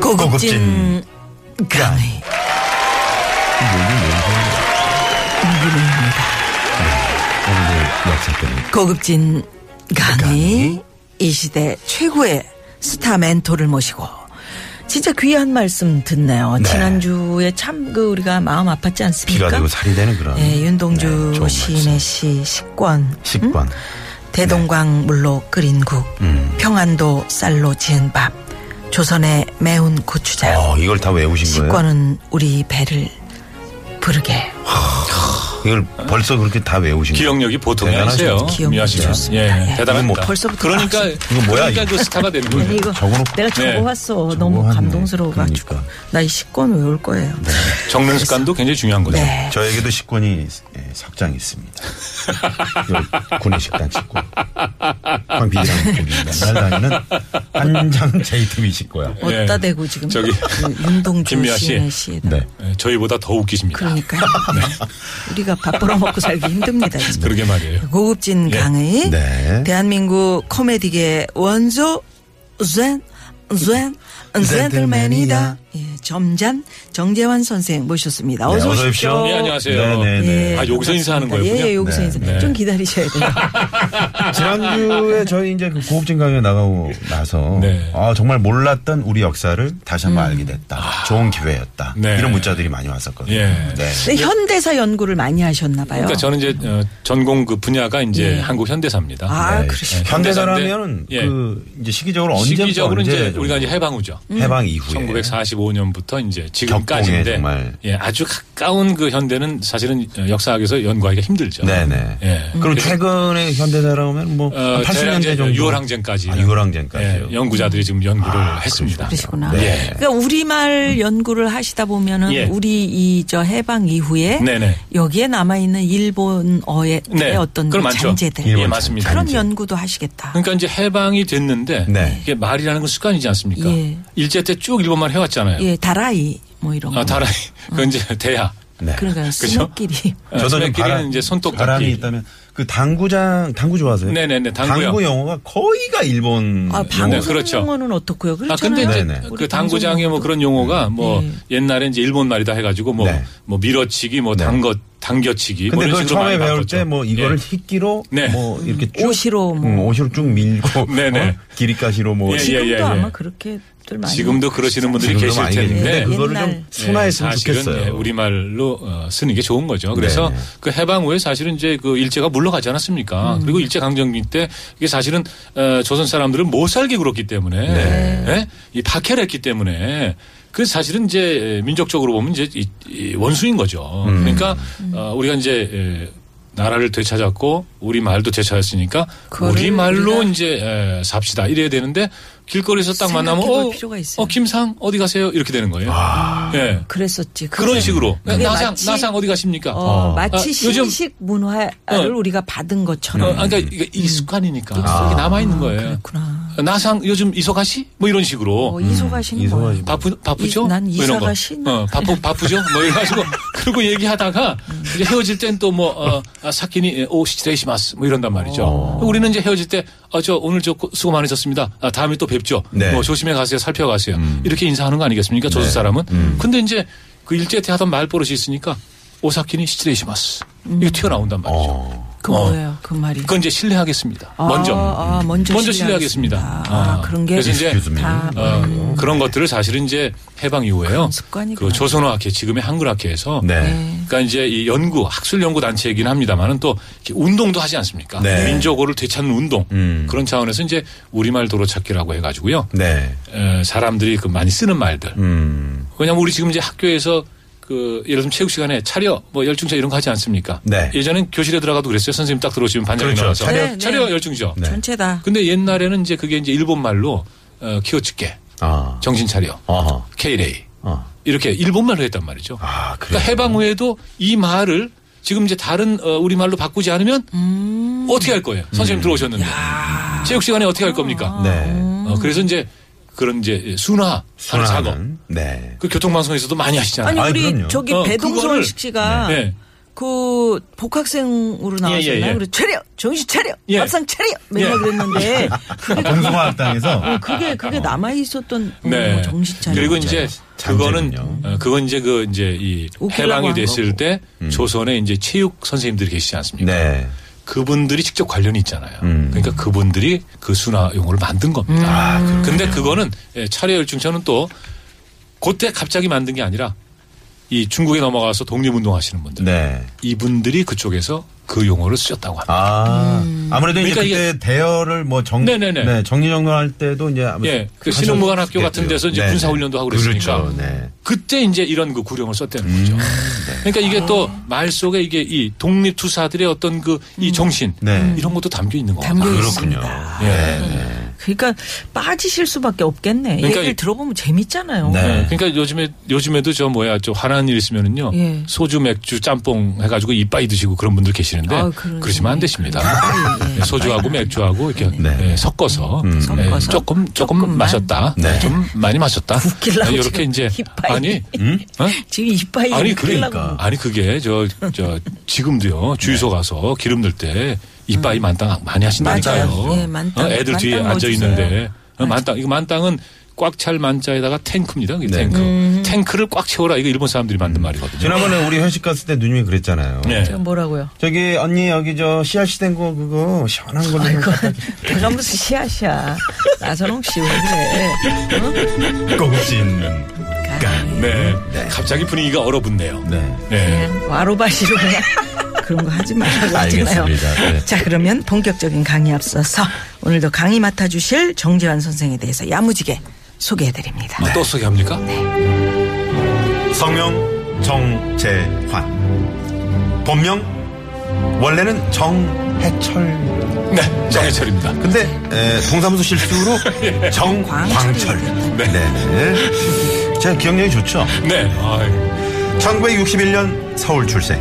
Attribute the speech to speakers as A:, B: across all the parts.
A: 고급진 강의. 고급진 강의 이 시대 최고의 스타 멘토를 모시고 진짜 귀한 말씀 듣네요. 지난주에 참 그 우리가 마음 아팠지 않습니까?
B: 비가 되고 살이 되는 그런.
A: 예, 윤동주
B: 네, 좋은
A: 시인의
B: 말씀. 네.
A: 시 식권
B: 식권.
A: 대동강 물로 끓인 국
B: 음.
A: 평안도 쌀로 지은 밥 조선의 매운 고추장
B: 어, 이걸 다 외우신 거예요?
A: 식권은 우리 배를 부르게
B: 이걸 벌써 그렇게 다 외우신 거예요?
C: 기억력이 보통이
B: 대단하시네.
C: 아니세요.
A: 기억력이
C: 어? 미아씨는.
A: 좋습니다.
C: 예,
A: 예.
C: 대단합니다.
B: 뭐
A: 벌써부터
C: 그러니까
A: 아,
B: 이거 뭐야,
C: 그러니까
B: 이거.
C: 그 네. 스타가 되는 거예요.
A: 아니, 이거
B: 적어놓고-
A: 내가 적어왔어 너무
B: 적어왔네.
A: 감동스러워가지고
B: 그러니까.
A: 나 이 식권 외울 거예요
C: 적는 습관도 굉장히 중요한 거죠.
A: 네.
B: 저에게도 식권이 예, 삭장 있습니다. 요 군의 식당 식권. 황비장 식권. 날 다니는 한장 제이틈이 식고야.
A: 어디다
C: 예.
A: 대고 지금
C: 저기
A: 그 윤동주
C: 김미아 씨.
A: 시인의 시에다
B: 네.
C: 예, 저희보다 더 웃기십니다.
A: 그러니까요
C: 네.
A: 우리가 밥 벌어먹고 살기 힘듭니다 지금.
C: 그러게 말이에요.
A: 고급진
C: 예.
A: 강의
B: 네.
A: 대한민국 코미디계 원조 젠, 젠, 젠틀맨이다
B: 젠틀맨이다.
A: 예, 점잔 정재환 선생 모셨습니다.
B: 네,
A: 어서
B: 어서
A: 오십시오.
B: 오십시오.
C: 예, 안녕하세요.
B: 네,
A: 예.
B: 네,
C: 아, 여기서 인사하는
A: 반갑습니다.
C: 거예요?
A: 예, 예, 여기서
B: 네,
A: 인사.
C: 네.
A: 좀 기다리셔야 돼요.
B: 지난주에 저희 이제 그 고급진 강연 나가고 나서
C: 네. 음.
B: 아 정말 몰랐던 우리 역사를 다시 한번 알게 됐다. 좋은 기회였다.
C: 아. 네.
B: 이런 문자들이 많이 왔었거든요.
C: 예.
B: 네.
A: 근데 현대사 연구를 많이 하셨나 봐요.
C: 그러니까 저는 이제 어, 전공 그 분야가 이제
A: 예.
C: 한국 현대사입니다.
A: 아,
B: 네.
A: 그러시구나.
B: 현대사라면
C: 예.
B: 그 이제 시기적으로 언제부터
C: 시기적으로
B: 언제
C: 이제
B: 정도?
C: 우리가 이제 해방 후죠.
B: 해방 이후에
C: 1945년부터 이제 지금까지인데
B: 격동의 정말.
C: 예, 아주 가까운 그 현대는 사실은 역사학에서 연구하기가 힘들죠.
B: 네네.
C: 예.
B: 그럼 최근에 현대사라면 뭐
C: 어,
B: 80년대
C: 대항제,
B: 정도
C: 6월 항쟁까지.
B: 아, 6월 항쟁까지요.
C: 예, 연구자들이 지금 연구를 했습니다.
A: 그러시구나.
B: 네.
C: 예.
A: 그러니까 우리말 연구를 하시다 보면은
C: 예.
A: 우리 이 저 해방 이후에
C: 네네.
A: 여기에 남아 있는 일본어의
C: 네.
A: 어떤
C: 그건
A: 그
C: 많죠.
A: 잔재들
C: 예, 맞습니다.
A: 그런
B: 잔재.
A: 연구도 하시겠다.
C: 그러니까 이제 해방이 됐는데
B: 네.
C: 이게 말이라는 건 습관이지 않습니까?
A: 예.
C: 일제 때 쭉 일본말 해왔잖아요.
A: 예, 다라이 뭐 이런 거.
C: 아, 다라이. 그 이제 대야.
B: 네.
A: 그러니까 수목끼리
C: 음,
B: 저도 좀
C: 끼리는
B: 바람,
C: 아, 이제 손톱
B: 바람이
C: 깎기.
B: 있다면 그 당구장 당구 좋아하세요?
C: 네네네, 당구요.
B: 당구 영어가 거의가 일본
A: 아,
B: 영어.
A: 방송
C: 그렇죠.
A: 용어는 어떻고요?
C: 아,
A: 그렇잖아요.
C: 근데 이제
B: 네네.
C: 그
A: 우리
C: 당구장에 뭐
A: 방송국도.
C: 그런 용어가 뭐
A: 네.
C: 옛날에 이제 일본 말이다 해가지고 뭐,
B: 네.
C: 뭐 밀어치기, 뭐 당거, 당겨치기. 뭐
B: 근데
C: 이런
B: 그걸
C: 식으로
B: 처음에
C: 많이
B: 배울
C: 바꿨죠.
B: 때 뭐 이거를
C: 예.
B: 희끼로
C: 네.
B: 뭐 이렇게 쭉
A: 옷으로 뭐.
B: 음, 옷으로 쭉 밀고
C: 네네.
B: 어? 기리까시로 뭐
C: 예,
A: 지금도
C: 예, 예.
A: 아마 그렇게들 많이 네.
C: 지금도 그러시는 분들이
B: 지금도
C: 계실
B: 많이
C: 텐데.
B: 계시는데 그거를
A: 옛날.
B: 좀 순화했으면
C: 예, 사실은
B: 좋겠어요.
C: 예, 우리말로 어, 쓰는 게 좋은 거죠. 그래서
B: 네네.
C: 그 해방 후에 사실은 이제 그 일제가 물러가지 않았습니까?
B: 음.
C: 그리고 일제 강점기 때 이게 사실은 어, 조선 사람들은 못 살게 굴었기 때문에
B: 네.
C: 예? 이 박해를 했기 때문에 그 사실은 이제 민족적으로 보면 이제 이- 이 원수인 거죠.
B: 음.
C: 그러니까
A: 음.
C: 어, 우리가 이제 에, 나라를 되찾았고 우리 말도 되찾았으니까
A: 그거를
C: 우리 말로
A: 우리가
C: 이제 에, 삽시다 이래야 되는데 길거리에서 딱 만나면
A: 생각해 볼
C: 어,
A: 필요가 있어요.
C: 어 김상 어디 가세요 이렇게 되는 거예요. 예.
A: 그랬었지.
C: 그런 식으로
A: 그게
C: 나상
A: 마치-
C: 나상 어디 가십니까? 어.
A: 어, 마치
C: 아, 요즘-
A: 신식 문화를
C: 어.
A: 우리가 받은
C: 아,
A: 것처럼.
C: 그러니까 이게 익숙한이니까 이게 남아 있는 거예요.
A: 음. 그렇구나.
C: 나상 요즘 이소 가시? 뭐 이런 식으로
A: 어, 이소가시는
B: 음, 이소가
A: 거예요.
B: 씨.
C: 바쁘 바쁘죠?
A: 이- 난
C: 뭐
A: 이사
C: 이런 거.
A: 가시?
C: 어, 바쁘 바쁘죠? 뭐 이래가지고 그리고 얘기하다가 이제 헤어질 땐 또 뭐 어, 아, 사키니 오 시트레이시마스 뭐 이런단 말이죠. 우리는 이제 헤어질 때 아 저 오늘 저 수고 많으셨습니다. 아, 다음에 또 뵙죠.
B: 네.
C: 뭐 조심해 가세요. 살펴가세요. 이렇게 인사하는 거 아니겠습니까? 조선 사람은. 근데 이제 그 일제 때 하던 말버릇이 있으니까 오사키니 시트레이시마스
A: 음.
C: 이게 튀어나온단 말이죠.
A: 그
C: 어.
A: 뭐예요? 그 말이.
C: 그건 이제 신뢰하겠습니다.
A: 아,
C: 먼저.
A: 아, 먼저
C: 먼저
A: 신뢰하겠습니다.
C: 신뢰하겠습니다.
A: 아, 그런 게
C: 그래서 이제
B: 음. 교수님.
A: 다
C: 어, 그런 것들을 사실은 이제 해방 이후에요.
A: 그런 습관이구나.
C: 그 조선어학회 지금의 한글학회에서
B: 네.
C: 그러니까 이제 이 연구 학술 연구 단체이긴 합니다만은 또 이렇게 운동도 하지 않습니까?
B: 네.
C: 민족어를 되찾는 운동
B: 음.
C: 그런 차원에서 이제 우리말 도로찾기라고 해가지고요.
B: 네.
C: 에, 사람들이 그 많이 쓰는 말들.
B: 음.
C: 왜냐하면 우리 지금 이제 학교에서 그 예를 들면 체육 시간에 차려 뭐 열중차 이런 거 하지 않습니까?
B: 네.
C: 예전엔 교실에 들어가도 그랬어요. 선생님 딱 들어오시면 반장이
B: 그렇죠.
C: 나와서
A: 차려. 네, 네.
C: 차려 열중죠.
B: 네.
A: 전체다.
C: 근데 옛날에는 이제 그게 이제 일본 말로 어, 키워치게
B: 아.
C: 정신 차려
B: 어허.
C: 케이레이
B: 어.
C: 이렇게 일본 말로 했단 말이죠.
B: 아, 그래요?
C: 그러니까 해방 후에도 이 말을 지금 이제 다른 어, 우리 말로 바꾸지 않으면
A: 음.
C: 어떻게 할 거예요? 선생님 들어오셨는데 체육 시간에 어떻게 할
A: 아.
C: 겁니까?
B: 음. 네.
C: 어, 그래서 이제 그런 이제 순화하는 작업.
B: 순환하는. 네.
C: 그 교통방송에서도 많이 하시잖아요.
A: 아니
B: 아니,
A: 우리
B: 그럼요.
A: 저기
C: 어,
A: 배동선
C: 그거를-
A: 씨가
C: 네.
A: 그 복학생으로 나왔었나요?
C: 예, 예, 예.
A: 그래 차려 정신 차려
C: 예.
A: 밥상 차려 맨날
C: 예.
A: 그랬는데 그게
B: 동성화 학당에서
A: 그게 그게 남아 있었던 어, 정신 차려.
C: 네. 그리고 이제 그거는
B: 잠재군요.
C: 어, 그건 이제 그 이제 이
A: 웃기려고
C: 해방이
A: 한
C: 됐을 때
B: 음.
C: 조선에 이제 체육 선생님들이 계시지 않습니까?
B: 네.
C: 그분들이 직접 관련이 있잖아요.
B: 음.
C: 그러니까 그분들이 그 순화 용어를 만든 겁니다.
B: 아,
C: 근데 그거는 예, 차례 열중차는 또 그때 갑자기 만든 게 아니라 이 중국에 넘어가서 독립운동 하시는 분들
B: 네.
C: 이분들이 그쪽에서 그 용어를 쓰셨다고 합니다.
B: 아,
A: 음.
B: 아무래도
C: 그러니까
B: 이제 그때 대여를 뭐 정,
C: 네네네.
B: 네, 정리정돈할 때도 이제 아마
C: 예, 그
B: 하셨-
C: 신흥무관학교 같은 데서 이제
B: 네네.
C: 군사훈련도 하고 그랬으니까.
B: 그렇죠. 네. 음, 아,
C: 그때 이제 이런 그 구령을 썼다는
A: 네,
C: 거죠. 그러니까 이게 또 말 속에 이게 이 독립투사들의 어떤 그 이 정신
B: 네.
C: 이런 것도 담겨 있는 거같요
A: 담겨
B: 그렇군요. 네,
A: 있습니다.
C: 예.
A: 그러니까 빠지실 수밖에 없겠네.
C: 그러니까
A: 얘기를
C: 이-
A: 들어보면 재밌잖아요.
B: 네.
C: 그러니까 요즘에 요즘에도 저 뭐야 저 화난 일 있으면은요
A: 예.
C: 소주 맥주 짬뽕 해가지고 이빠이 드시고 그런 분들 계시는데
A: 아, 그러네.
C: 그러시면 안 됩니다. 네, 소주하고 맥주하고 이렇게
B: 네.
C: 네, 섞어서 네,
A: 음. 섞어서
C: 조금 조금
A: 조금만.
C: 마셨다.
B: 네.
C: 좀 많이 마셨다. 네,
A: 웃기려고
C: 이렇게
A: 지금
C: 이제
A: 이빠이.
C: 아니 어?
A: 지금 이빨이
C: 아니
A: 웃기려고. 네.
C: 그러니까 아니 그게 저 저 지금도요 주유소 가서 기름 넣을 때 이빠이 만땅 많이 하신다니까요.
A: 음. 맞아요. 예, 만땅.
C: 어, 애들 뒤에
A: 만땅
C: 앉아
A: 넣어주세요.
C: 있는데 어, 만땅 이거 만땅은 꽉 찰 만자에다가 탱크입니다. 이게 탱크
A: 음.
C: 탱크를 꽉 채워라 이거 일본 사람들이 만든 말이거든요.
B: 네. 음. 지난번에 우리 회식 갔을 때 누님이 그랬잖아요.
C: 네.
A: 지금 뭐라고요?
B: 저기 언니 여기 저 씨앗이 된 거 그거 시원한 걸로
A: 내가 무슨 시아시아 나선홍 씨 왜 그래? 어? 아,
B: 꼬신
C: 네. 갑자기 분위기가 얼어붙네요.
B: 네.
C: 네.
A: 그냥 와로바시로 그냥 그런 거 하지 말라고 하잖아요.
B: 알겠습니다. 네.
A: 자 그러면 본격적인 강의 앞서서 오늘도 강의 맡아주실 정재환 선생에 대해서 야무지게 소개해드립니다.
C: 아, 또 소개합니까?
A: 네.
B: 성명 정재환 본명 원래는 정해철
C: 네. 정해철입니다.
B: 근데 에, 동사무소 실수로 정광철 네. 네. 제 기억력이 좋죠
C: 네. 아이.
B: 1961년 서울 출생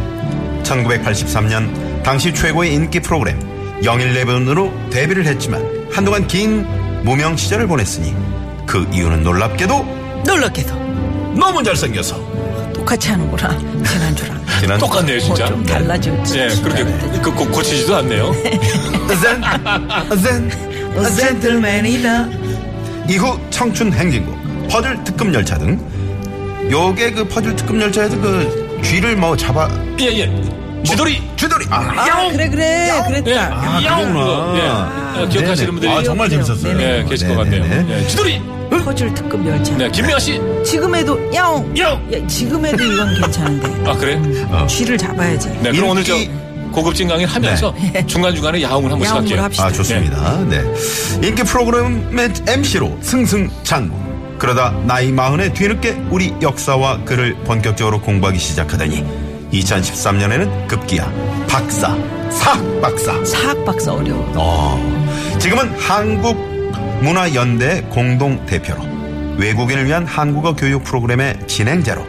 B: 1983년 당시 최고의 인기 프로그램 영일레븐으로 데뷔를 했지만 한동안 긴 무명 시절을 보냈으니 그 이유는 놀랍게도
A: 놀랍게도
B: 너무 잘생겨서
A: 똑같이 하는구나 지난주랑
B: 지난
C: 똑같네요, 진짜.
A: 어, 좀 네. 달라졌지.
C: 예, 그렇게 그, 그, 고치지도 않네요.
B: 젠, 젠,
C: 그,
A: 어,
C: 아,
B: 젠.
A: 젠틀맨이다.
B: 이후 청춘 행진곡 퍼즐 특급 열차 등 요게 그 퍼즐 특급 열차에서 그 쥐를 뭐 잡아
C: 예, 예. 쥐돌이.
B: 쥐돌이 아,
A: 아 그래 그래
C: 예.
A: 그랬다.
B: 아, 그거구나.
C: 예. 아, 기억하시는 분들이
B: 아, 정말 재밌었어요.
C: 네, 계실 것
B: 네네네.
C: 같네요. 네, 쥐돌이.
A: 퍼즐 특급 열차.
C: 네, 김미아 씨.
A: 지금에도 야옹.
C: 야옹.
A: 야, 지금에도 이건 괜찮은데
C: 아, 그래? 네,
A: 쥐를 잡아야지.
C: 그럼 오늘 저
B: 인기- 네.
C: 고급진 강의 하면서 중간중간에 야옹을 한 번씩
A: 예. 야옹으로
C: 할게요.
A: 합시다.
B: 아, 좋습니다. 네. 인기 프로그램의 MC로 승승장구. 그러다 나이 마흔에 뒤늦게 우리 역사와 글을 본격적으로 공부하기 시작하더니 2013년에는 급기야 박사, 사학박사,
A: 사학 박사 어려워.
B: 어, 지금은 한국 문화연대 공동 대표로 외국인을 위한 한국어 교육 프로그램의 진행자로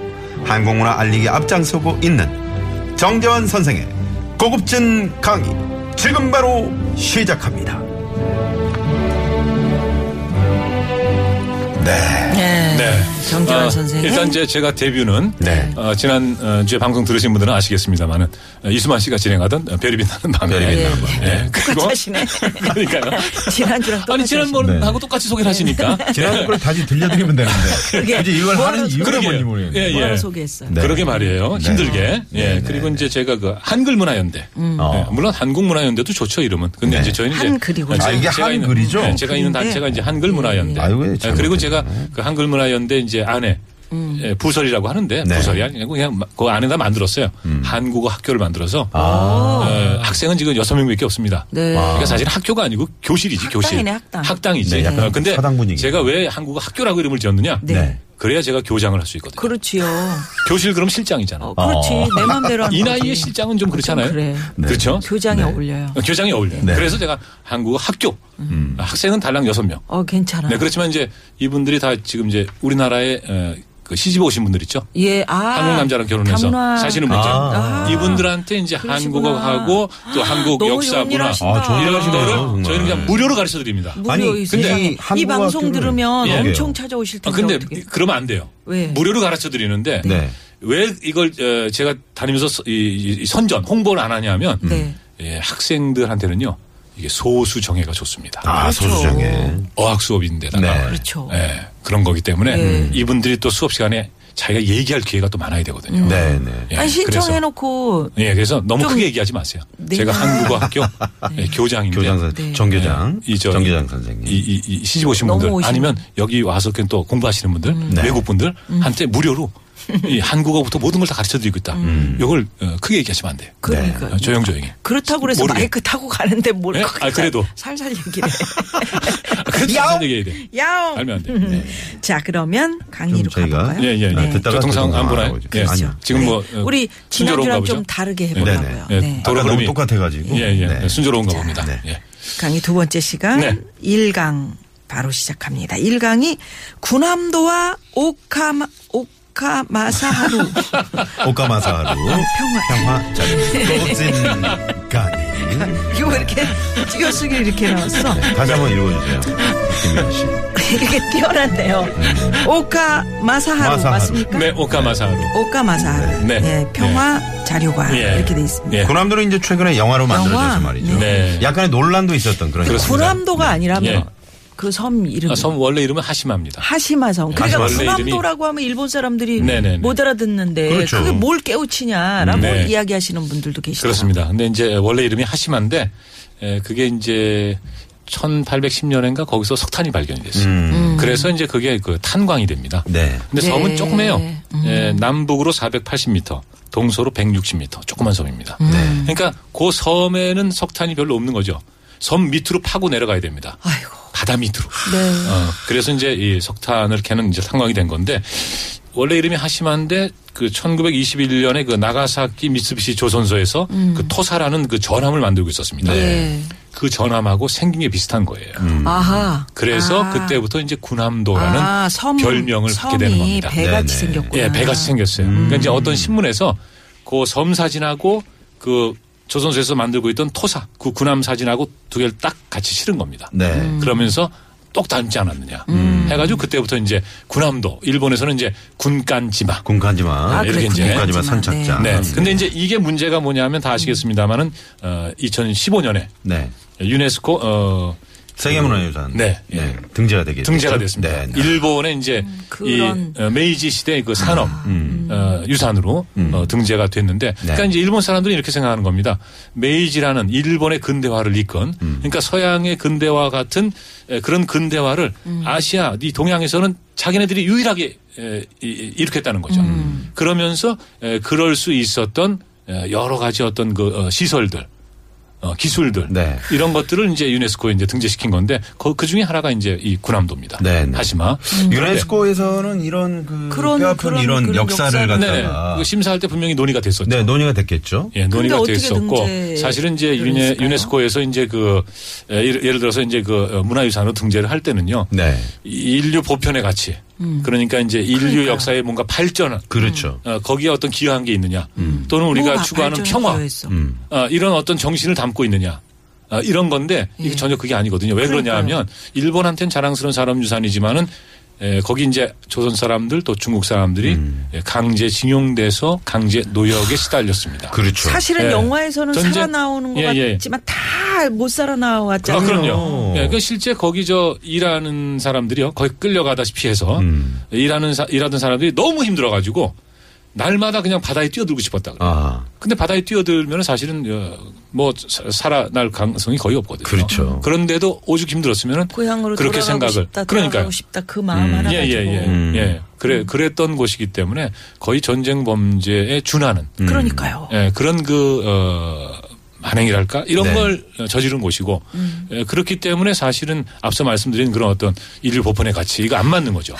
B: 한국 문화 알리기에 앞장서고 있는 정재환 선생의 고급진 강의 지금 바로 시작합니다. 네.
A: 네.
C: 네.
A: 정재환
C: 어,
A: 선생의
C: 일단 이제 제가 데뷔는
B: 네.
C: 어, 지난 어, 주에 방송 들으신 분들은 아시겠습니다만은 이수만 씨가 진행하던 어, 별이 빛나는 밤에
B: 별이 빛나는
C: 밤. 네. 그리고
A: 예. 똑같이 하시네.
C: 그러니까요.
A: 지난주랑
C: 아니
A: 똑같이 하시네.
C: 지난번하고 똑같이 소개를 하시니까
B: 지난 걸 다시 들려드리면 되는데
A: 그게
B: 굳이 이걸
A: 뭐라고
B: 하는 이유가
C: 그러게요.
B: 네. 뭔지 모르겠네요.
C: 예,
A: 뭐라고
C: 예.
A: 소개했어요.
B: 네.
C: 그러게 말이에요.
B: 네.
C: 힘들게. 예.
B: 네,
C: 그리고
B: 네,
C: 이제 제가 그 한글문화연대. 예,
B: 어.
C: 물론 한국문화연대도 좋죠 이름은. 근데
B: 네.
C: 이제 저희는 이제
A: 음. 한글이구나.
C: 제가
B: 아, 이게
C: 제가 있는-
B: 한글이죠?
C: 예, 제가 있는 단체가 이제 한글문화연대.
B: 아이고, 예,
C: 예, 그리고
B: 잘못했네.
C: 제가 그 한글문화연대 이제 안에
A: 음.
C: 예, 부설이라고 하는데
B: 네. 음.
C: 부설이 아니고 그냥 마- 그 안에다 만들었어요. 한국어 학교를 만들어서 예, 학생은 지금 여섯 명밖에 없습니다.
A: 네.
C: 그러니까 사실 학교가 아니고 교실이지 교실.
A: 학당이네, 학당.
C: 이지
B: 아.
C: 어,
B: 네, 약간
C: 근데
B: 사당 분위기.
C: 제가 왜 한국어 학교라고 이름을 지었느냐?
A: 네.
B: 네.
C: 그래야 제가 교장을 할 수 있거든요.
A: 그렇지요.
C: 교실 그럼 실장이잖아.
A: 어, 그렇지.
B: 어.
A: 내 맘대로 하는
C: 이 나이에
A: 거지.
C: 실장은 좀 그렇잖아요.
A: 그래.
B: 네.
C: 그렇죠.
A: 교장이 어울려요.
C: 어, 교장이 어울려요.
B: 네. 음.
C: 그래서 제가 한국어 학교 아, 학생은 달랑 여섯 명.
A: 어, 괜찮아.
C: 네, 그렇지만 이제 이분들이 다 지금 이제 우리나라에 어, 그 시집 오신 분들 있죠.
A: 예, 아.
C: 한국 남자랑 결혼해서
A: 담화.
C: 사시는 분들
B: 아.
C: 이분들한테 이제
A: 그러시구나. 아,
C: 한국어하고 또 한국
A: 너무
C: 역사
A: 좋은 일
C: 문화
A: 하신다. 아, 좋은 일
C: 이런
B: 하시네요,
C: 거를
B: 정말.
C: 저희는 그냥 무료로 가르쳐 드립니다.
B: 아니,
A: 무료 있어요.
B: 근데 이
A: 이
B: 한국어
A: 방송
B: 학교를-
A: 들으면
B: 예.
A: 엄청 찾아오실
C: 아,
A: 텐데
C: 근데
A: 어떻게?
C: 그러면 안 돼요.
A: 왜?
C: 무료로 가르쳐 드리는데
B: 네.
C: 왜 이걸 어, 제가 다니면서 서- 이- 이 선전 홍보를 안 하냐면
A: 네.
C: 예, 학생들한테는요 이게 소수 정예가 좋습니다.
B: 아, 소수정에.
C: 어학 수업인데다가
B: 네. 음.
A: 그렇죠.
C: 예, 그런 거기 때문에
A: 예.
C: 이분들이 또 수업 시간에 자기가 얘기할 기회가 또 많아야 되거든요.
B: 네, 네.
C: 예,
A: 아니
C: 그래서-
A: 신청해놓고
C: 예, 그래서 너무
A: 좀-
C: 크게 얘기하지 마세요.
A: 네.
C: 제가 한국어 학교 예, 교장인데
B: 교장 선
A: 네.
B: 정교장
C: 네. 이 저-
B: 정교장 선생님.
C: 이, 이, 이 시집 오신
A: 너무 음.
C: 분들
A: 오신
C: 아니면 여기 와서 그냥 또 공부하시는 분들
B: 네.
C: 외국 분들 한테 무료로
A: 음.
C: 이 한국어부터 모든 걸 다 가르쳐 드리고 있다. 이걸 어, 크게 얘기하시면 안 돼요.
A: 그러니까
C: 어, 조용조용히.
A: 그렇다고 그래서
C: 모르게.
A: 마이크 타고 가는데 뭘
C: 예?
A: 그렇게
C: 아, 그래도.
A: 살살 얘기해.
C: 아, 그래서
A: 야옹!
C: 얘기해야 돼.
A: 야옹. 음.
C: 알면 안 돼. 네.
A: 자 그러면 강의로
B: 저희가-
A: 가볼까요?
C: 예, 예.
B: 네. 듣다가
C: 교통 상황 안
B: 교통
C: 보나요?
B: 상황
C: 예.
B: 알아보죠.
C: 아니요. 지금 뭐
A: 네. 우리
C: 순조로운가
A: 지난주랑
C: 보죠.
A: 좀 다르게
B: 네,
A: 해보려고요.
C: 예,
A: 네.
B: 아까 너무
C: 걸음이-
B: 똑같아가지고.
C: 예, 예.
B: 네.
C: 순조로운가 봅니다.
B: 네.
C: 예.
A: 강의 두 번째 시간
C: 네.
A: 일 1강 바로 시작합니다. 1강이 구남도와 오카마 오카마사하루
B: 오카마사하루 평화 자리 도진 강의.
A: 이거 왜 이렇게 띄어쓰기 이렇게 나왔어?
B: 네, 다시 한번 읽어주세요. 김민아 씨.
A: 이렇게 띄어났네요. 오카마사하루
B: 마사하루.
A: 맞습니까?
C: 네, 오카마사로.
A: 오카마사하루
C: 네.
A: 예, 평화 자료관
C: 예.
A: 네, 이렇게 돼 있습니다. 음.
C: 예.
B: 고남도는 이제 최근에 영화로 만들어져서
A: 영화?
B: 말이죠.
C: 네.
B: 약간의 논란도 있었던 그런
C: 그렇습니다.
B: 영화.
A: 구남도가 아니라면
C: 예.
A: 그 섬 이름
C: 아, 섬 원래 이름은 하시마입니다.
A: 하시마섬. 그러니까
C: 하시마. 원래 이름이-
A: 구남도라고 하면 일본 사람들이
C: 네네네.
A: 못 알아듣는데 그
B: 그렇죠.
A: 게뭘 깨우치냐라고
C: 네.
A: 이야기하시는 분들도 계시죠.
C: 그렇습니다. 근데 이제 원래 이름이 하시마인데 에, 그게 이제 1810년인가 거기서 석탄이 발견이 됐어요.
B: 음.
C: 그래서 이제 그게 그 탄광이 됩니다.
B: 네.
C: 근데
A: 네.
C: 섬은 조그매요. 에, 남북으로 480m, 동서로 160m, 조그만 섬입니다.
A: 음.
C: 그러니까 그 섬에는 석탄이 별로 없는 거죠. 섬 밑으로 파고 내려가야 됩니다.
A: 아이고.
C: 바다 밑으로.
A: 네.
C: 어, 그래서 이제 이 석탄을 캐는 이제 상황이 된 건데 원래 이름이 하시마인데 그 1921년에 그 나가사키 미쓰비시 조선소에서 그 토사라는 그 전함을 만들고 있었습니다.
A: 음. 네.
C: 그 전함하고 생긴 게 비슷한 거예요.
A: 음. 아하.
C: 그래서
A: 아.
C: 그때부터 이제 군함도라는
A: 아, 섬,
C: 별명을
A: 섬이
C: 받게 되는 겁니다.
A: 배같이
B: 네네.
A: 생겼구나.
C: 예, 배같이 생겼어요. 그러니까 이제 어떤 신문에서 그 섬 사진하고 그 조선소에서 만들고 있던 토사, 그 군함 사진하고 두 개를 딱 같이 실은 겁니다.
B: 네.
C: 그러면서 똑 닮지 않았느냐 해가지고 그때부터 이제 군함도 일본에서는 이제 군간지마
B: 군간지마.
A: 아,
C: 이렇게
A: 그래,
C: 이제-
B: 군간지마 선착장.
C: 네. 근데 이제 이게 문제가 뭐냐면 다 아시겠습니다만은 어, 2015년에
B: 네.
C: 유네스코 어,
B: 세계문화유산.
C: 네.
B: 네. 등재가 되게
C: 등재가 됐습니다.
B: 네. 네.
C: 일본의 이제 이
A: 음, 그런.
C: 어, 메이지 시대의 그 산업
B: 음.
C: 어, 유산으로 어, 등재가
B: 네.
C: 됐는데 그러니까 이제 일본 사람들은 이렇게 생각하는 겁니다. 메이지라는 일본의 근대화를 이끈
B: 음.
C: 그러니까 서양의 근대화 같은 에, 그런 근대화를
A: 음.
C: 아시아 이 동양에서는 자기네들이 유일하게 에, 이- 이- 일으켰다는 거죠.
A: 음.
C: 그러면서 에, 그럴 수 있었던 에, 여러 가지 어떤 그 어, 시설들 어, 기술들
B: 네.
C: 이런 것들을 이제 유네스코에 이제 등재시킨 건데 그, 그 중에 하나가 이제 이 군함도입니다.
B: 네, 네.
C: 하지마.
B: 유네스코에서는 이런 그
A: 그런-
B: 뼈아픈
A: 그런-
B: 이런
A: 그런
B: 역사를
A: 역사를-
C: 네네.
B: 갖다가
C: 그거 심사할 때 분명히 논의가 됐었죠.
B: 아. 네, 논의가 됐겠죠.
C: 예, 논의가
A: 근데 어떻게
C: 됐었고
A: 등재를
C: 사실은 이제 유네,
A: 했을까요?
C: 유네스코에서 이제 그 예, 예를, 예를 들어서 이제 그 어, 문화유산으로 등재를 할 때는요.
B: 네.
C: 이 인류 보편의 가치.
A: 음.
C: 그러니까 이제 인류 역사에 뭔가 발전을
B: 그렇죠.
C: 어, 거기에 어떤 기여한 게 있느냐 또는 우리가
A: 뭐가
C: 추구하는
A: 발전을
C: 평화
A: 기여했어?
B: 음.
C: 아, 이런 어떤 정신을 담고 있느냐. 아, 이런 건데 이게 전혀 그게 아니거든요. 왜 그러냐 하면 일본한테는 자랑스러운 사람 유산이지만은 에, 거기 이제 조선 사람들 또 중국 사람들이 예, 강제 징용돼서 강제 노역에 시달렸습니다.
B: 그렇죠.
A: 사실은
C: 예.
A: 영화에서는
C: 전쟁-
A: 살아나오는 것
C: 예, 예.
A: 같지만 다 못
C: 아,
A: 살아나왔잖아요.
C: 그럼요. 예, 그 실제 거기 저 일하는 사람들이요. 거기 끌려가다시피 해서 일하는 사, 일하던 사람들이 너무 힘들어가지고 날마다 그냥 바다에 뛰어들고 싶었다. 그래요.
B: 아,
C: 근데 바다에 뛰어들면 사실은 어, 뭐 사- 살아날 가능성이 거의 없거든요.
B: 그렇죠.
C: 그런데도 오죽 힘들었으면
A: 고향으로
C: 그렇게
A: 돌아가고
C: 생각을
A: 싶다,
C: 그러니까요.
A: 돌아가고 싶다 그 마음 하나
C: 예예예
A: 가지고. 음.
C: 예, 예. 그래 그랬던 곳이기 때문에 거의 전쟁 범죄에 준하는
B: 음.
A: 그러니까요.
C: 예, 그런 그 어, 만행이랄까 이런
B: 네.
C: 걸 저지른 곳이고
A: 음.
C: 에, 그렇기 때문에 사실은 앞서 말씀드린 그런 어떤 인류 보편의 가치 이거 안 맞는 거죠.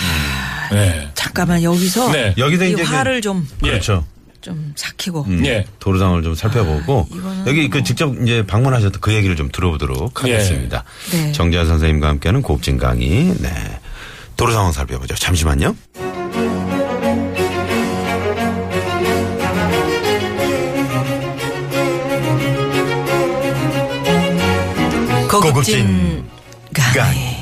C: 네.
A: 잠깐만 여기서
C: 네.
B: 음. 여기서
A: 이
B: 이제 그-
A: 화를 좀 좀
C: 예.
B: 그렇죠.
A: 삭히고
B: 음,
C: 예.
B: 도로상을 좀 살펴보고 여기 그 직접 이제 방문하셨던 그 얘기를 좀 들어보도록
C: 예.
B: 하겠습니다.
A: 네.
B: 정재환 선생님과 함께하는 고급진 강의. 네. 도로 상황 살펴보죠. 잠시만요.
A: 고급진
B: 고급진
A: 강의.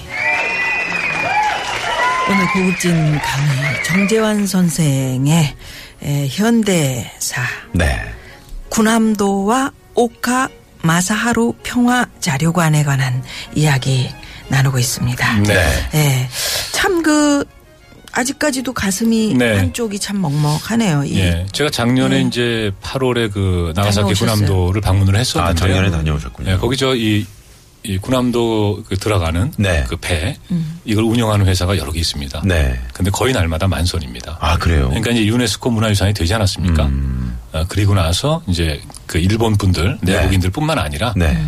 A: 오늘 고급진 강의 정재환 선생의 에, 현대사
B: 네.
A: 군함도와 오카 마사하루 평화 자료관에 관한 이야기 나누고 있습니다.
C: 네.
A: 예. 참 그 아직까지도 가슴이
C: 네.
A: 한쪽이 참 먹먹하네요. 이
C: 예. 제가 작년에 이제 8월에 그 나가사키
A: 네. 다녀오셨어요?
C: 군함도를 방문을
B: 아,
C: 했었는데
B: 작년에 다녀오셨군요.
C: 네, 거기 저이 이 군함도 그 들어가는
B: 네.
C: 그 배
A: 음.
C: 이걸 운영하는 회사가 여러 개 있습니다.
B: 네.
C: 근데 거의 날마다 만손입니다.
B: 아, 그래요? 음.
C: 그러니까 이제 유네스코 문화유산이 되지 않았습니까? 어, 그리고 나서 이제 그 일본 분들,
B: 네.
C: 내국인들뿐만 아니라
B: 네.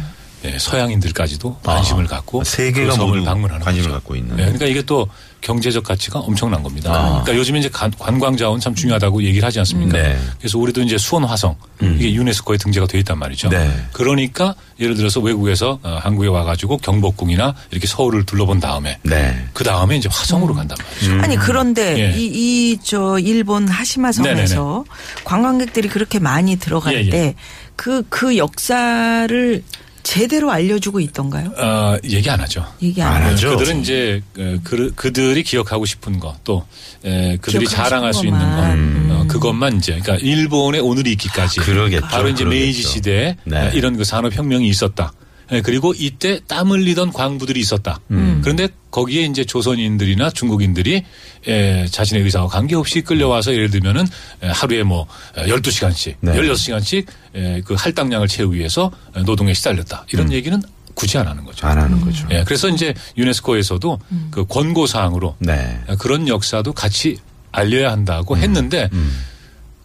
C: 예, 서양인들까지도 관심을
B: 아,
C: 갖고
B: 세계가
C: 그 섬을
B: 모두
C: 방문하는
B: 관심을
C: 거죠.
B: 갖고 있는.
C: 예, 그러니까 이게 또 경제적 가치가 엄청난 겁니다. 그러니까 요즘에 이제 관- 관광 자원 참 중요하다고 얘기를 하지 않습니까?
B: 음. 아. 네. 음.
C: 그래서 우리도 이제 수원 화성 이게 유네스코에 등재가 돼 있단 말이죠.
B: 네.
C: 그러니까 예를 들어서 외국에서 어, 한국에 와가지고 경복궁이나 이렇게 서울을 둘러본 다음에
B: 네.
C: 그 다음에 이제 화성으로 간단 말이죠.
A: 아니 그런데
C: 예.
A: 이 이 저 일본 하시마섬에서 관광객들이 그렇게 많이
C: 예,
A: 들어갈
C: 예.
A: 때 그 그 역사를 제대로 알려주고 있던가요?
C: 어, 얘기 안 하죠.
A: 얘기 안
B: 안
A: 해요.
B: 하죠. 그렇죠.
C: 음, 그들은 이제 어, 그, 그들이 기억하고 싶은 거 또 그들이
A: 기억하고
C: 자랑할 수
A: 싶은
C: 있는 거
A: 것만. 음.
C: 어, 그것만 이제 그러니까 일본의 오늘이 있기까지
B: 그러겠죠.
C: 바로 이제
B: 그러겠죠.
C: 메이지 시대에
B: 네.
C: 이런 그 산업 혁명이 있었다. 예, 그리고 이때 땀 흘리던 광부들이 있었다.
B: 음.
A: 음.
C: 그런데 거기에 이제 조선인들이나 중국인들이 예, 자신의 의사와 관계없이 끌려와서 예를 들면은 예, 하루에 뭐 12시간씩,
B: 네.
C: 16시간씩 그 할당량을 채우기 위해서 노동에 시달렸다.
B: 음.
C: 이런 얘기는 굳이 안 하는 거죠.
B: 안 하는 거죠.
A: 그렇죠.
C: 예, 그래서 이제 유네스코에서도
A: 음.
C: 그 권고 사항으로
B: 네. 음.
C: 그런 역사도 같이 알려야 한다고 했는데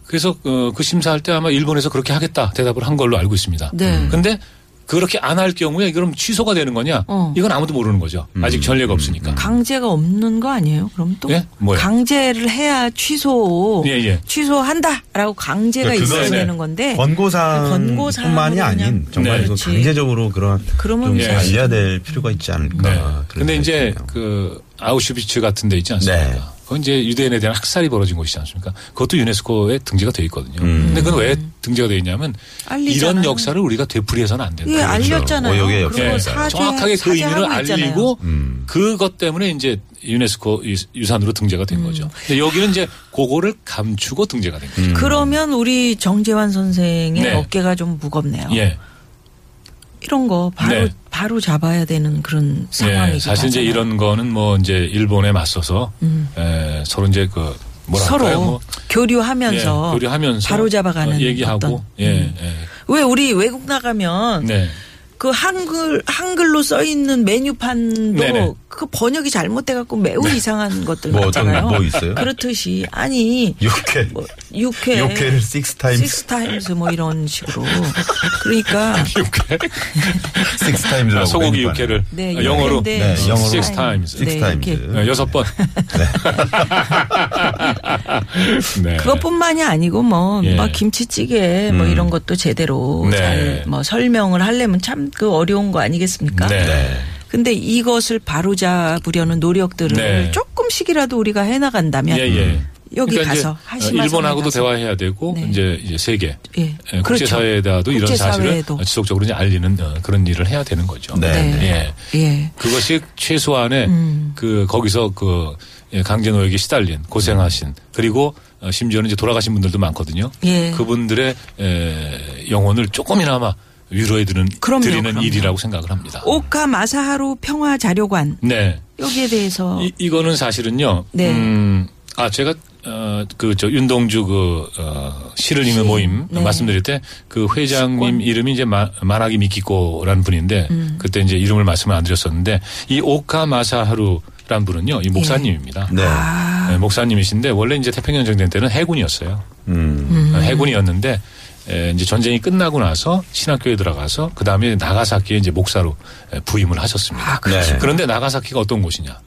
C: 그래서 어, 그 심사할 때 아마 일본에서 그렇게 하겠다 대답을 한 걸로 알고 있습니다.
B: 음.
A: 네.
C: 근데 그렇게 안 할 경우에 그럼 취소가 되는 거냐?
A: 어.
C: 이건 아무도 모르는 거죠.
B: 음.
C: 아직 전례가 없으니까.
A: 강제가 없는 거 아니에요? 그럼 또
C: 예? 뭐요?
A: 강제를 해야 취소
C: 예, 예.
A: 취소한다라고 강제가
B: 그러니까
A: 있어야
C: 그거는
A: 되는 건데
B: 권고사항뿐만이
A: 네. 권고사항으로
B: 아닌
A: 그냥-
B: 정말
C: 네.
B: 이거
A: 그렇지.
B: 강제적으로 그런
A: 그러면
B: 좀
C: 예.
B: 알려야 될 필요가 있지 않을까.
C: 네.
B: 아, 그런
C: 근데
B: 생각이
C: 이제
B: 드네요.
C: 그 아우슈비츠 같은 데 있지 않습니까?
B: 네.
C: 그건 이제 유대인에 대한 학살이 벌어진 곳이지 않습니까? 그것도 유네스코에 등재가 돼 있거든요.
B: 음.
C: 근데 그건 왜 등재가 돼 있냐면
A: 알리잖아요.
C: 이런 역사를 우리가 되풀이해서는 안 된다.
A: 예
B: 어,
C: 뭐
A: 알렸잖아요.
B: 여기에
A: 그리고
B: 예.
A: 사죄,
C: 네. 정확하게 그 의미를
A: 사죄하고 있잖아요.
C: 알리고
B: 음.
C: 그것 때문에 이제 유네스코 유- 유산으로 등재가
A: 음.
C: 된 거죠. 근데 여기는 이제 그거를 감추고 등재가 된 거죠.
A: 음. 그러면 우리 정재환 선생의
C: 음. 네.
A: 어깨가 좀 무겁네요.
C: 예.
A: 이런 거 바로
C: 네.
A: 바로 잡아야 되는 그런 상황이죠.
C: 예. 사실 이제 이런 거는 뭐 이제 일본에 맞서서 에, 서로 이제 그
A: 음. 서로
C: 뭐랄까요? 뭐
A: 교류하면서,
C: 예, 교류하면서
A: 바로 잡아가는
C: 어, 얘기하고
A: 어떤,
C: 예,
A: 음.
C: 예.
A: 왜 우리 외국 나가면
C: 네.
A: 그 한글 한글로 써 있는 메뉴판도
C: 네네. 네.
A: 그 번역이 잘못돼 갖고 매우 이상한 것들
B: 뭐 어떤
A: 많잖아요.
B: 뭐 있어요?
A: 그렇듯이 아니
B: 육회.
A: 뭐 육회
B: 육회를 six times,
A: 식스 타임스 뭐 이런 식으로 그러니까
C: 육회.
B: six times. 라고
C: 아, 소고기
B: 메뉴판에.
C: 육회를
A: 네,
C: 어, 영어로
A: 육회인데
B: 네, 영어로.
C: six times.
B: six
A: 네,
B: times.
A: 이렇게.
C: 예, 여섯 번. 네.
A: 그것뿐만이 아니고 뭐,
C: 예. 음.
A: 뭐 김치찌개 뭐 이런 것도 제대로
C: 네.
A: 잘 뭐 설명을 하려면 참 그 어려운 거 아니겠습니까?
C: 네.
B: 네.
A: 근데 이것을 바로잡으려는 노력들을
C: 네.
A: 조금씩이라도 우리가 해나간다면
C: 예, 예.
A: 여기
C: 그러니까
A: 가서
C: 이제
A: 하시마
C: 일본하고도
A: 가서.
C: 대화해야 되고
A: 네.
C: 이제 이제 세계
A: 예.
C: 예,
A: 그렇죠.
C: 국제사회에다도 이런 사실을
A: 국제사회에도.
C: 지속적으로 이제 알리는 어, 그런 일을 해야 되는 거죠.
B: 네.
C: 예.
A: 예.
C: 그것이 최소한의
A: 음.
C: 그 거기서 그 예, 강제 노역에 시달린 고생하신 그리고 어, 심지어는 이제 돌아가신 분들도 많거든요.
A: 예.
C: 그분들의 에, 영혼을 조금이나마 위로해 드는
A: 그럼요,
C: 드리는
A: 그럼요.
C: 일이라고 생각을 합니다.
A: 오카 마사하루 평화 자료관
C: 네.
A: 여기에 대해서
C: 이, 이거는 사실은요.
A: 네.
C: 음, 아 제가 어, 그저 윤동주 그 어, 시를 읽는 모임
A: 네.
C: 말씀드릴 때 그 회장님 이름이 이제 마, 만하기 미키코라는 분인데
A: 음.
C: 그때 이제 이름을 말씀을 안 드렸었는데 이 오카 마사하루라는 분은요 이 목사님입니다.
B: 네.
A: 아.
C: 네, 목사님이신데 원래 이제 태평양 전쟁 때는 해군이었어요.
B: 음.
C: 해군이었는데 에, 이제 전쟁이 끝나고 나서 신학교에 들어가서 그 다음에 나가사키에 이제 목사로 에, 부임을 하셨습니다.
A: 아, 그렇죠.
B: 네.
C: 그런데 나가사키가 어떤 곳이냐?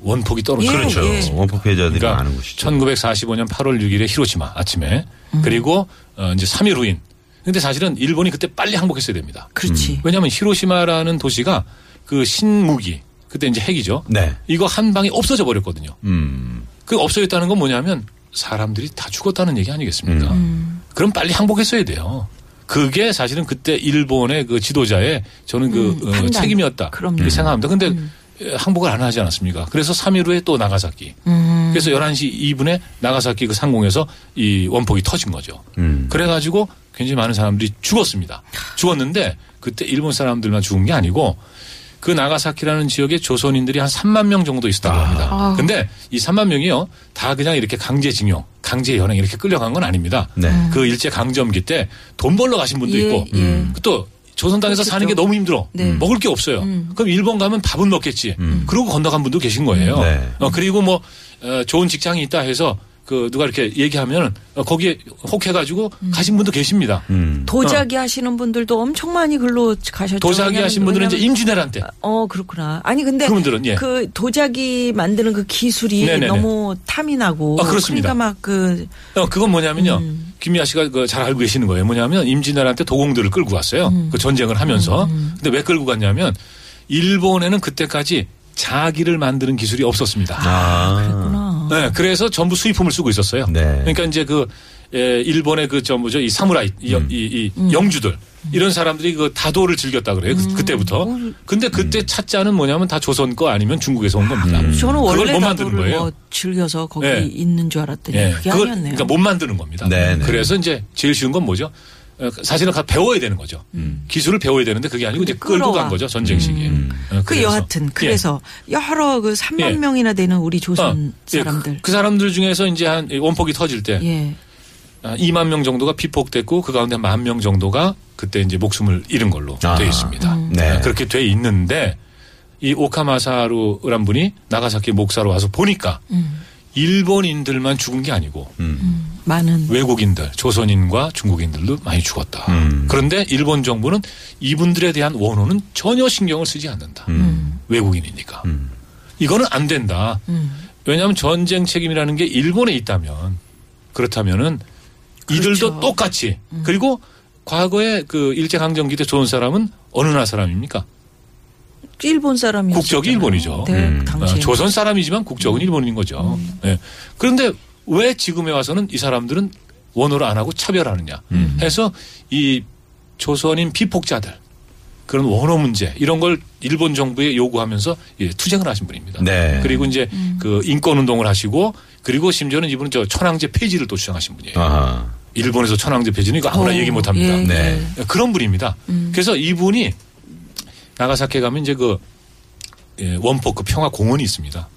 C: 원폭이 떨어져.
A: 예, 그렇죠. 예.
B: 원폭 피해자들이
C: 그러니까
B: 많은 곳이죠.
C: 1945년 8월 6일에 히로시마 아침에
A: 음.
C: 그리고 어, 이제 3일 후인. 근데 사실은 일본이 그때 빨리 항복했어야 됩니다.
A: 그렇지.
C: 왜냐하면 히로시마라는 도시가 그 신무기 그때 이제 핵이죠.
B: 네.
C: 이거 한 방에 없어져 버렸거든요.
B: 음.
C: 그 없어졌다는 건 뭐냐면 사람들이 다 죽었다는 얘기 아니겠습니까?
B: 음.
C: 그럼 빨리 항복했어야 돼요. 그게 사실은 그때 일본의 그 지도자의 저는 그
A: 음,
C: 어,
A: 판단.
C: 책임이었다.
A: 그럼요.
B: 음.
C: 이렇게 생각합니다. 근데 에, 항복을 안 하지 않았습니까? 그래서 3일 후에 또 나가사키. 그래서 11시 2분에 나가사키 그 상공에서 이 원폭이 터진 거죠.
B: 음.
C: 그래가지고 굉장히 많은 사람들이 죽었습니다. 죽었는데 그때 일본 사람들만 죽은 게 아니고 그 나가사키라는 지역에 조선인들이 한 3만 명 정도 있었다고
B: 아.
C: 합니다. 근데 이 3만 명이요. 다 그냥 이렇게 강제징용, 강제연행 이렇게 끌려간 건 아닙니다.
B: 네.
C: 그 일제 강점기 때 돈 벌러 가신 분도
A: 예,
C: 있고
A: 예.
C: 그또 조선 땅에서 사는 게 너무 힘들어.
A: 네.
C: 음. 먹을 게 없어요.
A: 음.
C: 그럼 일본 가면 밥은 먹겠지. 그러고 건너간 분도 계신
A: 음.
C: 거예요.
B: 네.
C: 어, 그리고 뭐 어, 좋은 직장이 있다 해서 그 누가 이렇게 얘기하면 어, 거기에 혹해가지고 가신 분도 계십니다.
B: 음.
A: 도자기 하시는 분들도 엄청 많이 글로 가셨죠.
C: 어. 도자기
A: 왜냐면-
C: 하신 분들은 이제
A: 왜냐면-
C: 임진왜란 때
A: 어 그렇구나. 아니 근데
C: 그분들은, 예.
A: 그 도자기 만드는 그 기술이
C: 네네네.
A: 너무 탐이 나고
C: 아, 그렇습니다.
A: 그러니까 막그
C: 어, 그건 뭐냐면요.
A: 음.
C: 김미아 씨가 그 잘 알고 계시는 거예요. 뭐냐면 임진왜란 때 도공들을 끌고 갔어요.
A: 음.
C: 그 전쟁을 하면서. 근데 왜 끌고 갔냐면 일본에는 그때까지 자기를 만드는 기술이 없었습니다.
A: 네.
B: 아.
A: 어,
C: 네, 그래서 전부 수입품을 쓰고 있었어요.
B: 네.
C: 그러니까 이제 그 에, 일본의 그 저 뭐죠 이 사무라이 이,
B: 음.
C: 이,
A: 음.
C: 이 영주들 이런 사람들이 그 다도를 즐겼다 그래요. 그, 때부터
A: 음.
C: 근데 그때
B: 음.
C: 차자는 뭐냐면 다 조선 거 아니면 중국에서 온 겁니다.
A: 저는
C: 그걸
A: 원래
C: 못
A: 나도
C: 만드는 거예요.
A: 뭐 즐겨서 거기
C: 예.
A: 있는 줄 알았더니
C: 예,
A: 그게
C: 그걸
A: 아니었네요.
C: 그러니까 못 만드는 겁니다.
B: 네, 네.
C: 그래서 이제 제일 쉬운 건 뭐죠? 어, 사실은 가- 배워야 되는 거죠.
B: 음.
C: 기술을 배워야 되는데 그게 아니고 이제 끌고
A: 끌어와.
C: 간 거죠 전쟁 시기에. 어,
A: 그
C: 그래서.
A: 여하튼
C: 예.
A: 그래서 여러 그 3만
C: 예.
A: 명이나 되는 우리
C: 어,
A: 조선
C: 예,
A: 사람들
C: 그, 그 사람들 중에서 이제 한 원폭이 터질 때
A: 예.
C: 아, 2만 명 정도가 피폭됐고 그 가운데 1만 명 정도가 그때 이제 목숨을 잃은 걸로
B: 아.
C: 돼 있습니다.
B: 네.
C: 아, 그렇게 돼 있는데 이 오카마사루란 분이 나가사키 목사로 와서 보니까 일본인들만 죽은 게 아니고
B: 음.
A: 많은
C: 외국인들, 조선인과 중국인들도 많이 죽었다.
B: 음.
C: 그런데 일본 정부는 이분들에 대한 원호는 전혀 신경을 쓰지 않는다.
B: 음.
A: 음.
C: 외국인이니까. 이거는 안 된다. 왜냐하면 전쟁 책임이라는 게 일본에 있다면 그렇다면은 이들도 똑같이 그리고 과거에 그 일제 강점기 때 좋은 사람은 어느 나라 사람입니까?
A: 일본 사람이
C: 국적이 일본이죠.
A: 네,
B: 음.
A: 당시
C: 어, 조선 사람이지만 국적은 일본인 거죠. 예. 그런데 왜 지금에 와서는 이 사람들은 원호를 안 하고 차별하느냐 해서 이 조선인 피폭자들 그런 원호 문제 이런 걸 일본 정부에 요구하면서 예, 투쟁을 하신 분입니다.
B: 네.
C: 그리고 이제 그 인권 운동을 하시고 그리고 심지어는 이분은 저 천황제 폐지를 또 주장하신 분이에요.
B: 아하.
C: 일본에서 천황제 폐지는 이거 아무나
A: 어,
C: 얘기 못 합니다.
A: 예.
B: 네.
C: 그런 분입니다. 그래서 이분이 나가사키에 가면 이제 그 예, 원폭 그 평화 공원이 있습니다.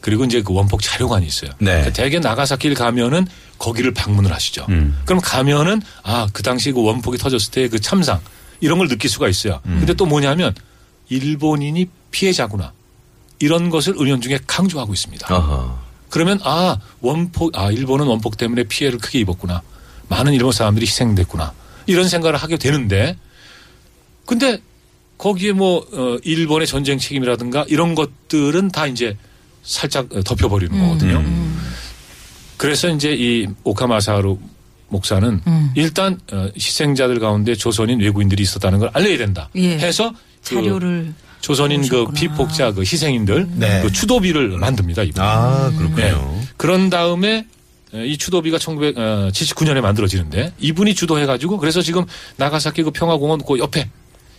C: 그리고 이제 그 원폭 자료관이 있어요.
B: 네.
C: 그러니까 대개 나가사키를 가면은 거기를 방문을 하시죠.
B: 음.
C: 그럼 가면은 아, 그 당시 그 원폭이 터졌을 때 그 참상 이런 걸 느낄 수가 있어요.
B: 음.
C: 근데 또 뭐냐면 일본인이 피해자구나. 이런 것을 은연중에 강조하고 있습니다.
B: 아하.
C: 그러면 아 원폭 아 일본은 원폭 때문에 피해를 크게 입었구나 많은 일본 사람들이 희생됐구나 이런 생각을 하게 되는데 근데 거기에 뭐 어, 일본의 전쟁 책임이라든가 이런 것들은 다 이제 살짝 어, 덮여버리는
A: 음.
C: 거거든요. 그래서 이제 이 오카마사루 목사는
A: 음.
C: 일단 어, 희생자들 가운데 조선인 외국인들이 있었다는 걸 알려야 된다.
A: 예.
C: 해서 그
A: 자료를
C: 조선인 그
A: 모으셨구나.
C: 피폭자 그 희생인들
B: 네.
C: 그 추도비를 만듭니다. 이분.
B: 아, 그렇군요.
C: 네. 그런 다음에 에, 이 추도비가 1979년에 만들어지는데 이분이 주도해가지고 그래서 지금 나가사키 그 평화공원 그 옆에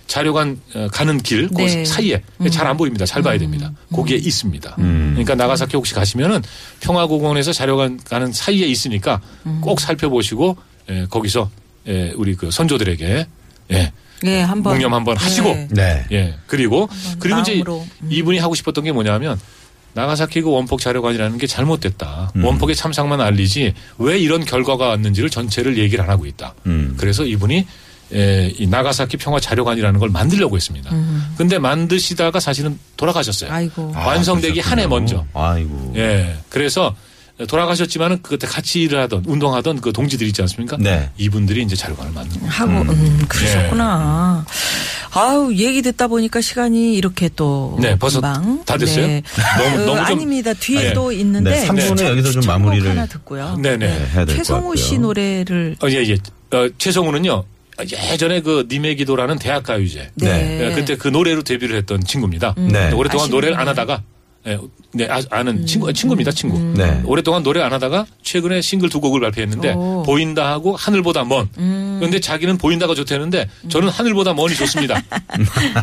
C: 자료관 어, 가는 길,
A: 네.
C: 그 사이에 잘 안 보입니다. 잘 봐야 됩니다. 거기에 있습니다. 그러니까 나가사키 혹시 가시면은 평화공원에서 자료관 가는 사이에 있으니까 꼭 살펴보시고 에, 거기서 에, 우리 그 선조들에게 예,
A: 예, 한번
C: 묵념 한번 하시고
A: 예.
B: 네.
C: 예. 그리고 그리고 이제
A: 마음으로. 음.
C: 이분이 하고 싶었던 게 뭐냐면 나가사키 그 원폭 자료관이라는 게 잘못됐다.
B: 음.
C: 원폭의 참상만 알리지 왜 이런 결과가 왔는지를 전체를 얘기를 안 하고 있다.
B: 음.
C: 그래서 이분이 에, 이 나가사키 평화 자료관이라는 걸 만들려고 했습니다. 근데 만드시다가 사실은 돌아가셨어요.
A: 음. 아이고.
B: 아,
C: 완성되기 한 해
B: 그러셨군요.
C: 먼저.
B: 아이고.
C: 예. 그래서 돌아가셨지만은 그때 같이 일을 하던 운동하던 그 동지들 있지 않습니까?
B: 네.
C: 이분들이 이제 자료관을 만든 거예요.
A: 하고 음, 그러셨구나. 아우 얘기 듣다 보니까 시간이 이렇게 또
C: 네, 벌써
A: 금방. 네. 그
C: 다 됐어요? 너무- 너무 좀-
A: 아닙니다. 뒤에
C: 네.
A: 또 있는데
B: 네, 삼 분에
A: 첫-
B: 여기서 좀
A: 첫
B: 마무리를-
A: 곡 하나 듣고요.
C: 네네.
B: 네, 해야 될것
A: 최성우 씨
B: 같고요.
A: 노래를
C: 어, 예, 예. 어, 최성우는요. 예전에 그 님의 기도라는 대학 가요제.
B: 네.
C: 예, 그때 그 노래로 데뷔를 했던 친구입니다.
B: 네.
A: 음.
C: 오랫동안
A: 아시는군요. 음.
C: 노래를 안 하다가 예, 네, 아, 아는 친구 친구입니다, 친구.
B: 네.
C: 오랫동안 노래 안 하다가 최근에 싱글 두 곡을 발표했는데
A: 오. 음.
C: 보인다 하고 하늘보다 먼. 그런데 자기는 보인다가 좋다는데 저는 하늘보다 먼이 좋습니다.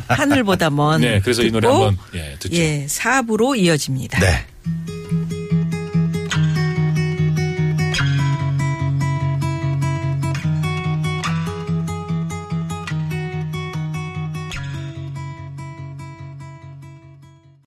A: 하늘보다 먼
C: 네, 그래서 이 노래
A: 듣고
C: 한번 예, 듣죠.
A: 예, 4부로 이어집니다.
B: 네.